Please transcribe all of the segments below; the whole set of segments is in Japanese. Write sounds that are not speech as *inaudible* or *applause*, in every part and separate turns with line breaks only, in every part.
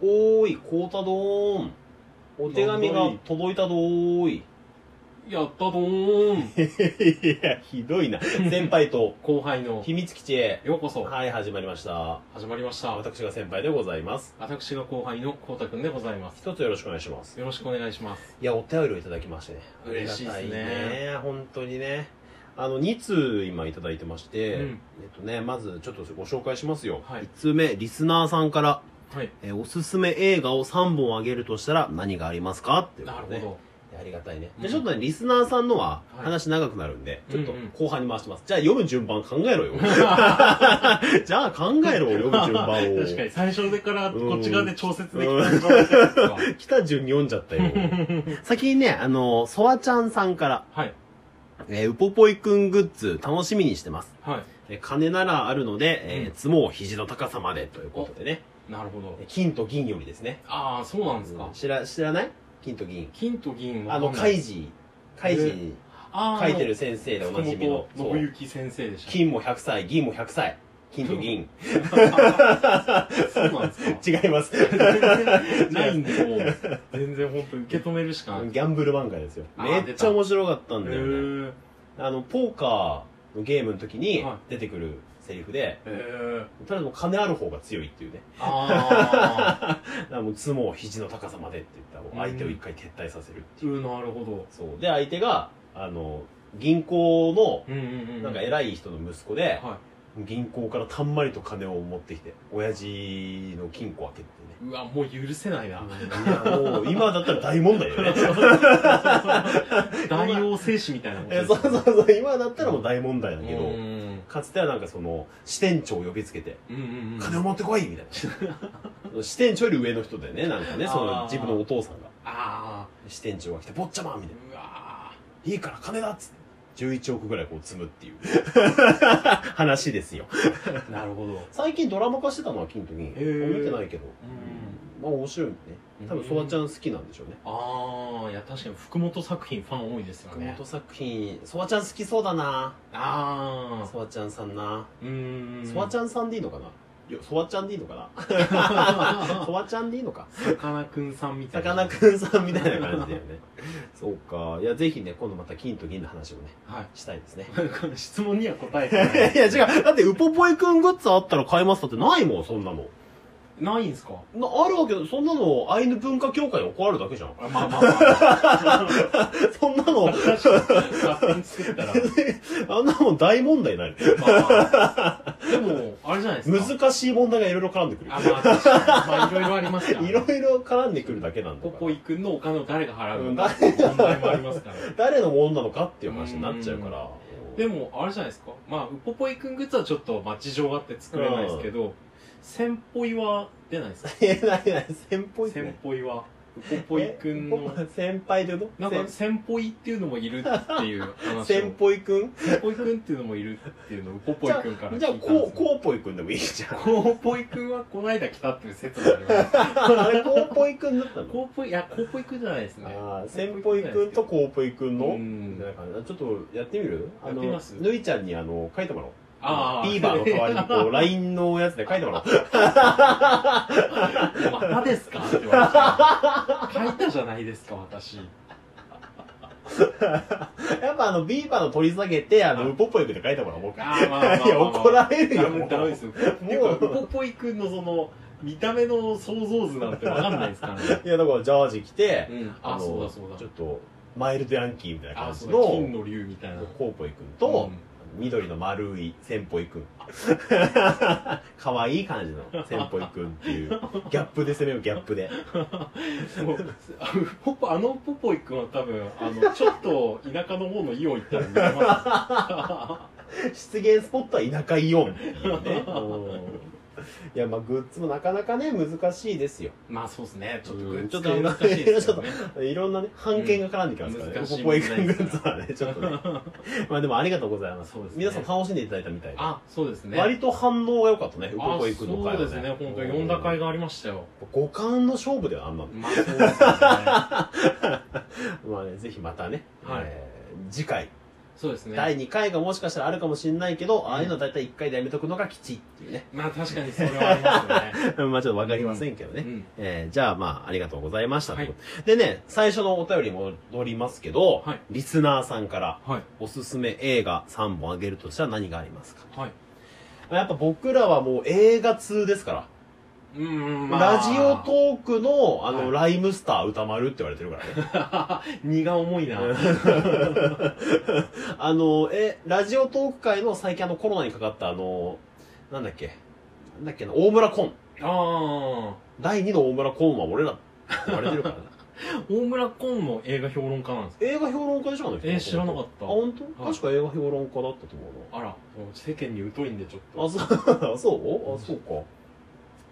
おーいこうたどーんお手紙が届いたどーい
やったどーん
いやひどいな *laughs* 先輩と
後輩の
秘密基地へ
ようこそ
はい始まりました
始まりました
私が先輩でございます
私が後輩のこうたくんでございます
一つよろしくお願いします
よろしくお願いします
いやお便りをいただきましてね
嬉しいですね
ありがたいね本当にねあの2通今いただいてまして、
うん
えっとねまずちょっとご紹介しますよ、
はい
1通目リスナーさんから、
はい
えーおすすめ映画を3本あげるとしたら何がありますかっていうこ
なる
と
ほ
で
ど
いやありがたいね、
う
で
ん
ちょっとねリスナーさんのは
はい
話長くなるんで、ちょっと
うんうん
後半に回してますじゃあ読む順番考えろ
*laughs*
よ *laughs* じゃあ考えろ読む順番を
*laughs* 確かに最初でからこっち側で調節でき
うん
た状態ですか
来た順に読んじゃったよ先にねあのソワちゃんさんから
はい
えーウポポイくんグッズ楽しみにしてます。
は
えー金ならあるので、え
う
ー、
ん
ツモを肘の高さまでということでね。
いなるほど
えー金と銀よりですね。
ああそうなんですか
知ら、知らない金と銀。
金と銀は
あの、カイジ、カイジ
え
に
あ
書
ー
いてる先生でおなじみの。
福
そ
本信
う。
之先生でした
金も100歳、銀も100歳。金と銀。
*laughs* そうなんですか
*laughs* 違います。
全然ないんでもう
*laughs*
全然本当受け止めるしかないへ
ギャンブル漫画ですよ。
あー
めっちゃ面白かったんだよね。
ー
あの、ポーカーのゲームの時に
は
出てくるセリフで、
へー
ただもう金ある方が強いっていうね。
あ
*laughs*
あ
だからもう相撲を肘の高さまでって言ったらもう相手を一回撤退させる、
うんなるほど
そうで相手があの銀行
うんうんう
の
ん
なんか
い
偉い人の息子で、
は
銀行からたんまりと金を持ってきて親父の金庫開けて
いうわもう許せない *laughs* な
ね、いやもう今だったら大問題よね
大王精子みたいなこと
え
です
そ
よ
うそうそう今だったらもう大問題だ
うん
け
う
ど、
ん
かつてはなんかその支店長を呼びつけて
うんうん
金を持ってこいみたいな *laughs* 支店長より上の人だよねなんかねその
あー
自分のお父さんが
ああ
支店長が来て「坊ちゃま!」みたいな
うわ
いいから金だっつって。11億ぐらいこう積む
*laughs*
っていう話ですよ。
ーなるほどう
最近ドラマ化してたのは金と銀。
へー
見てないけど。
ん
まあ面白いね。多分
うん
そばちゃん好きなんでしょうね。
ああいや確かに福本作品ファン多いですよ
熊
ね
本作品、そばちゃん好きそうだな。
ああ
そばちゃんさんな。
うん
そばちゃんさんでいいのかないや、そばちゃんでいいのか *laughs* なそばちゃんでいいのか
さかなクンさんみた
さ
いな
かなクンさんみたいな感じだよね。 *laughs* そうか。いや、ぜひね、今度また金と銀の話をね、
はい
したいですね。
*laughs* 質問には答えて
*laughs* いや、違う。だって、ウポポイくんグッズあったら買えますだってないもん、そんなの。
*laughs* ないないんすか
なあるわけだそんなのアイヌ文化協会に怒られるだけじゃん
*laughs* まあまあまあ
そんなの *laughs*
確かに勝手に作ったら、
あんなもん大問題になる
まあ、でもあれじゃないですか
難しい問題がいろいろ絡んでくる
あまあ確かにまあいろいろありますか
*laughs*
ら
いろいろ絡んでくるだけなんだ
ポ
か
ポ
ら
イ君のお金を誰が払
う
うんのかっていう問題もありますから
誰のものなのかっていう話になっちゃうから
でもあれじゃないですかまあウポポイ君グッズはちょっとまあ事情があって作れないですけど先ポイは出ないですか
*laughs* いやないない先輩って
先
ね
ポイはウポポイ君の
え先輩でど
なんか先ポイっていうのもいるっていう話を
先輩くん
ウポイ君っていうのもいるっていうのをウポポイ君から聞い
じゃ
た
あ
んです
こう
う *laughs*
こうぽいくんでもいいじゃん
コウポイ君はこの間来たっていう説があります
あれこうぽいくんだったの
コウポイいやコウポイ君じゃないですね
ああ先輩くんとこうぽいくんの
うん
みたいな感じだちょっとやってみるあ
やって
の
みます
ぬいちゃんにあの書いてもらおう
ああ
ビーバーの代わりにこ
*laughs*
う LINE のやつで書いてもらおう
またですかって言われて書いたじゃないですか私
やっぱあのビーバーの取り下げてあの
はい
ウポポイクで書いてもらおうか
ああまあまあまあま
い
あ
や怒られる
ダ
よ
メ
もう
ダメですよっていうかウポポイ君のその見た目の想像図なんてわかんないですからね
いやだからジャージ着て
うん
あ
あ
の
そうだそうだ
ちょっとマイルドヤンキーみたいな
あ
感
あ
じ
そ
の
うだ金の竜みたいな
コウポイくんと緑の丸い先ぽい
*laughs*
くん可愛い感じの先ぽいくんって
*laughs*
いうギャップで攻めようギャップで
もうあのポポあのポポイ君は多分あのちょっと田舎の方のイオン行ったら見れま
出現スポットは田舎イオンっていう
*laughs*
ねうんいやまあグッズもなかなかね難しいですよ
すまあそうですねちょっと
うん
グッ
ちょっ
ズ
と
が難しいですよね
いろんなね判件が絡んできますからね、
うん難しい
ポポイ君グッズはねちょっとねまあでもありがとうございます
そうですね
皆さん楽しんでいただいたみたいで、
あそうですね
割と反応が良かったね
あ
ポポイ君の
そ
会
う
は
ですね本当に呼んだ甲斐がありましたよ
五感の勝負ではあんなの
まあそうですね
まあねぜひまたね、
はい
えー次回
そうですね
第2回がもしかしたらあるかもしれないけど、ああいうのは大体1回でやめとくのが吉っていうね
まあ確かにそれはありますよね
*laughs* まあちょっとわかりませんけどね、
うん
えーじゃあまあありがとうございました、
はい
ということでね最初のお便りに戻りますけど、
はい
リスナーさんから
はい
おすすめ映画3本あげるとしたら何がありますか
はい
やっぱ僕らはもう映画通ですから、
うんうん、まあ、
ラジオトークのあの、
は
ライムスター歌丸って言われてるからね
*laughs* 荷が重いな
*laughs* あのえラジオトーク界の最近あのコロナにかかったあのなんだっけなんだっけな大村コン
あ
第2の大村コンは俺らって言われてるから
*laughs*
ね
あ大村昆も映画評論家なんですか
映画評論家でしょあの人
えー知らなかっ
あ
た
本当、
はい
確か映画評論家だったと思うな
あらもう世間に疎いんでちょっと
あ、
*laughs*
そう、あそうあ、そうか。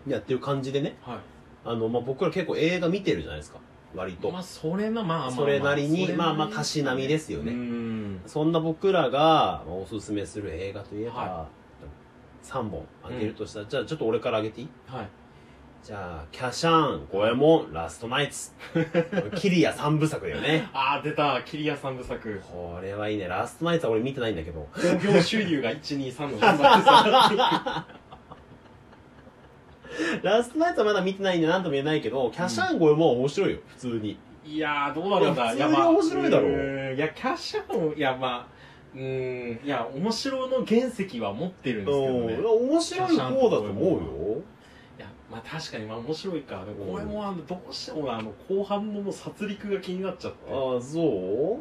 いやっていう感じでね、
は
あの、まあ、僕ら結構映画見てるじゃないですか、割
い
と。
まあそれなまあまあまあ
それなりに
それ
まあまあたしなみですよね
うん
そんな僕らがまあおすすめする映画といえば、
は
3本あげるとしたら、じゃあちょっと俺からあげていい
はい
じゃあ、キャシャン、ゴエモン、ラストナイ
*laughs*
ツ。キリア3部作だよね。
ああ出たキリア三部作
これはいいね。ラストナイツは俺見てないんだけど。
*laughs* 興行収入が123の
*laughs*
三作さ
ラストナイツはまだ見てないんで何とも言えないけど、キャシャン、ゴエモンは面白いよ、普通に。
いやーどうなんだ
いや普通に面白いだろ
うーんいやキャッシャーもいやまあうーんいや面白の原石は持ってるんですけどね
うん面白い方だと思う
キャシャンと
よ。
いやまあ確かにまあ面白いかで
うん
もこれもあのどうしてもなあの後半のもう殺戮が気になっちゃって
ああそう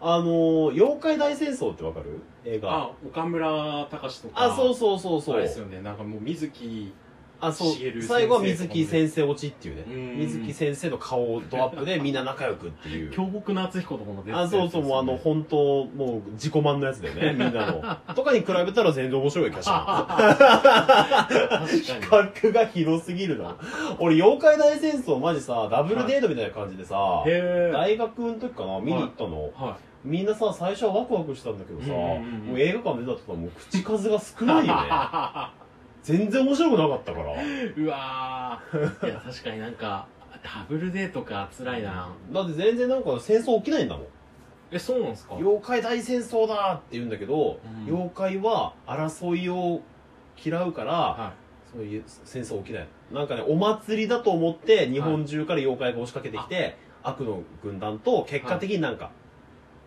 あの妖怪大戦争ってわかる映画
あ岡村隆史とか
あそうそうそう
あ
そ
れ
う
ですよねなんかもう水木
あそう
茂先生
最後は水木先生落ちっていうね
うん
水木先生の顔をドアップ
*laughs*
でみんな仲良くっていう
京極夏彦とかも出てた
あ
やつですよ
そうそ
ね
うもうあの本当もう自己満のやつだよねみんな
*laughs*
のとかに比べたら全然面白いキャシャン *laughs*
確か
格が広すぎるな俺妖怪大戦争マジさダブルデートみたいな感じでさ
にへえは
大
い
学の時かな見に行ったのみんなさ最初はワクワクしたんだけどさ、
うんうんうん
もう映画館出た途端もう口数が少ないよね
*laughs*
全然面白くなかったから
うわーいや確かになんかダブルデートか辛いな
だって全然なんか戦争起きないんだもん
えそうなんですか
妖怪大戦争だって言うんだけど、
うん
妖怪は争いを嫌うから、
は
そういう戦争起きないなんかねお祭りだと思って日本中から妖怪が押しかけてきて、悪の軍団と結果的になんか、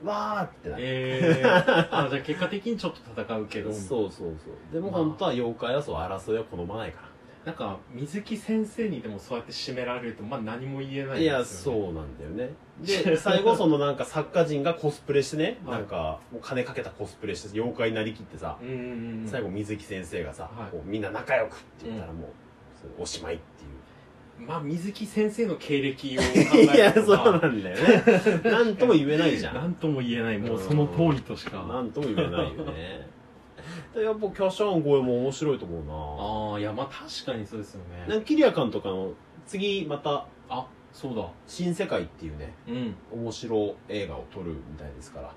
わーってなる
えー、あじゃあ結果的にちょっと戦うけど
そうそうそうでも本当は妖怪はそう争いは好まないから
なんか水木先生にでもそうやって締められるとまあ何も言えない
いや
ですよね
そうなんだよね
*laughs*
で最後そのなんか作家人がコスプレしてね、
はい
なんかもう金かけたコスプレして妖怪になりきってさ、
うんうんうん
最後水木先生がさ、
はい
こうみんな仲良くって言ったらもう、それおしまいっていう
まあ水木先生の経歴を
*laughs*
考
い
え
や
る
そ
と
う
まあ
なんだよね
*laughs*
なんとも言えないじゃん
なんとも言えないもうその通りとし
な
か
んとも言えないよねで *laughs* やっぱキャシャン声も面白いと思
ああいやまあ確かにそうですよ
うなな
ね
んかキリア監とかの次また
あそうだ
「新世界」っていうね
うん
面白映画を撮るみたいですから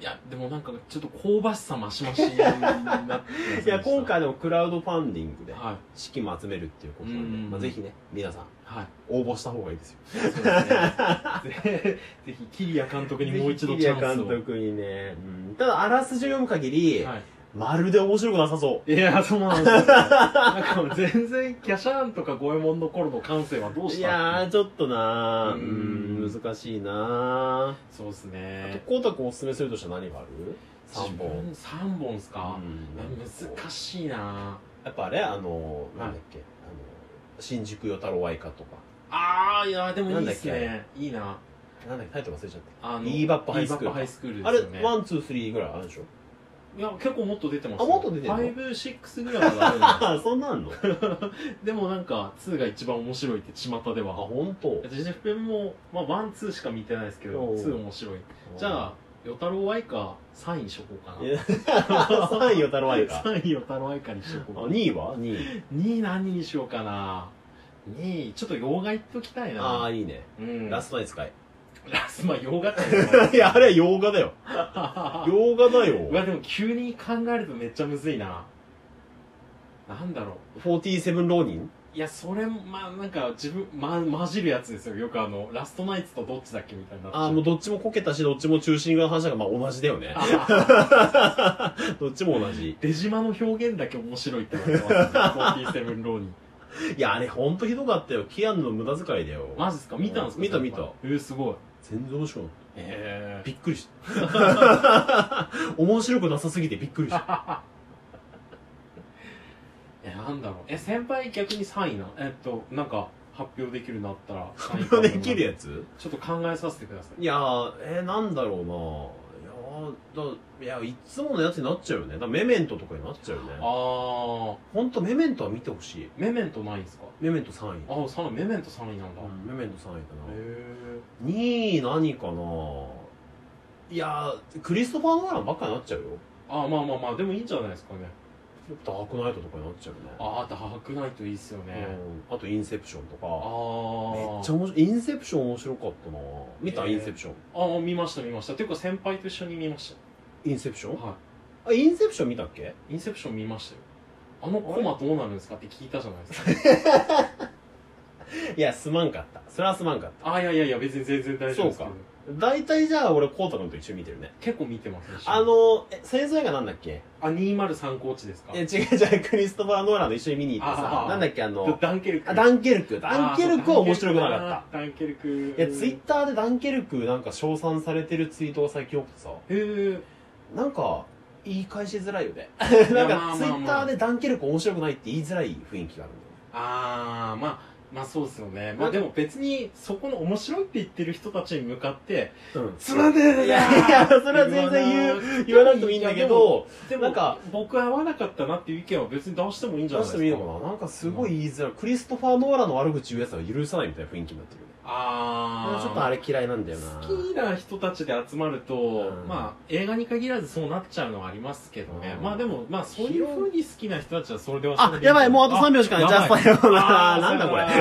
いやでもなんかちょっと香ばしさ増し増しになってきませんでし
い
た
や今回でもクラウドファンディングで
はい
資金も集めるっていうことなんで、
うん
まあ、ぜひね皆さん
はい
応募した方がいいですよ
そうですねぜ *laughs* ぜひキリア監督にもう一度チャ
ぜひ
ンスを
桐谷監督にね、うんただあらすじを読む限り、
はい
まるで面白くなさそ
*laughs* いや、そうなんですよ。なんかもう全然、キャシャーンとか五右衛門の頃の感性はどう
うい
した
やーちょっとなーう
うんん
難しいな
そうです
ー、あと
ね。
光太君おすすめするとしたら何がある3本
3本っすか、
うん
難しいな
やっぱあれあのーなんだっけ、あの新宿与太郎愛花とか
あー、いや、でもいいです
なんだ
ね。いいな
なんだっけタイトル忘れちゃっ
あの、
ビーバップハイスクール
ビーバップハイスクール
た、
ですよ
あ
ね。
れワンツースリーぐらいあるでしょ
いや、結構もっと出てます
あもっと出てんの
?5、6ぐらいはあるんです
ああそんなんあんの *laughs* あ
でもなんか、2が一番面白いって巷では。
本 *laughs* 当。
私、自分も、まあ、1、2しか見てないですけど、
おう
2面白い。じゃあ、与太郎愛か3位にしとこうかな。
いや3位与太郎愛
*laughs*
花
3位を太郎愛花にしとこう
2位は2位
2位何にしようかな2位ちょっと洋画いっときたい
あ
な
あいいね、
うん
ラストナイツかい
ラスまあ洋画っ
*laughs*
て
いやあれは洋画だよ
は
洋画だ
*laughs* うわ
よ
でも急に考えるとめっちゃむずいななんだろ
47浪人
いやそれまあなんか自分、ま、混じるやつですよよくあのラストナイツとどっちだっけみたいになっちゃう
あ
*laughs*
あもうどっちもこけたしどっちも中心側の話だからまあ同じだよねどっちも同じ
出島の表現だけ面白いって言われてますね47ローに
いやあれほんとひどかったよキアヌの無駄遣いだよ
マジですか見たんですか
見た
先輩
見た
えー、すごい
全然面白い
え
びっくりした *laughs* 面白くなさすぎてびっくりした
えー、なんだろうえ先輩逆に3位なえっとなんか発表できるなったら発
これできるやつ
つちょっと考えさせてください
いやーえー、なんだろうないやーだいやいつものやつになっちゃうよねだからメメントとかになっちゃうよね
あー
ほんとメメントは見てほしい
メメントないんですか
メメント3位
あ3位メメント3位なんだ、
うんメメント3位か
へ
な
え
2位何かないやークリストファー・ノーランばっかになっちゃうよ
あまあまあまあでもいいんじゃないですかね
ダークナイトとかになっちゃうね
ああダークナイトいいっすよね、
うんあとインセプションと
あ
か
あ
めっちゃ面白いインセプション面白かったな見た、
へー
インセプション
ああ見ました見ましたていうか先輩と一緒に見まし
インセプショ
た
ン
は
あインセプション見たっけ
いインセプション見ましたよあのコマどうなるんですかって聞いたじゃない
*laughs*
ですか
いやすまんかったそれはすまんかっ
ああいやいやいや別に全然大丈夫ですけど
そうた大体じゃあ俺コウタ君と一緒に見てるね
結構見てますね
あのえ製造映画なんだっけ
あ203コーチですか
え違う違うクリストファー・ノーランと一緒に見に行って
あ
さ
ー
なんだっけあ
*laughs*
の
ダンケルク
あダンケルクダンケルクは面白くなかった
たダンケルク
いや、ツイッターでダンケルクなんか称賛されてるツイートが最近多くてさ、
へー
なんか、言い返しづらいよね。
い
な
や
ん
ま
か、
あ
ツイ
まあ
ッ
ま
タ
あ
ーでダンケルク面白くないって言いづらい雰囲気があるんだよね。
ああまあまあそうですよねまあでも別にそこの面白いって言ってる人たちに向かって
うん
つまんねえない
や、それは全然言う、言わなくてもいいんだけど、
でも
なんか
僕合わなかったなっていう意見は別に出してもいいんじゃ
出
ないで
し
すか
てもいいのかななんかすごい言いづらい。クリストファー・ノーランの悪口言うやつは許さないみたいな雰囲気になってるよね。
ああ
ちょっとあれ嫌いなんだよな。
好きな人たちで集まると、
ん
まあ映画に限らずそうなっちゃうのはありますけどね、
うん
まあでもまあそういうふうに好きな人たちはそれではそ
あ
れ、で
やばい、もうあと3
秒
秒しかない。じゃあ、
やばい
さようなら。
あー
なんだこれ
さような。ら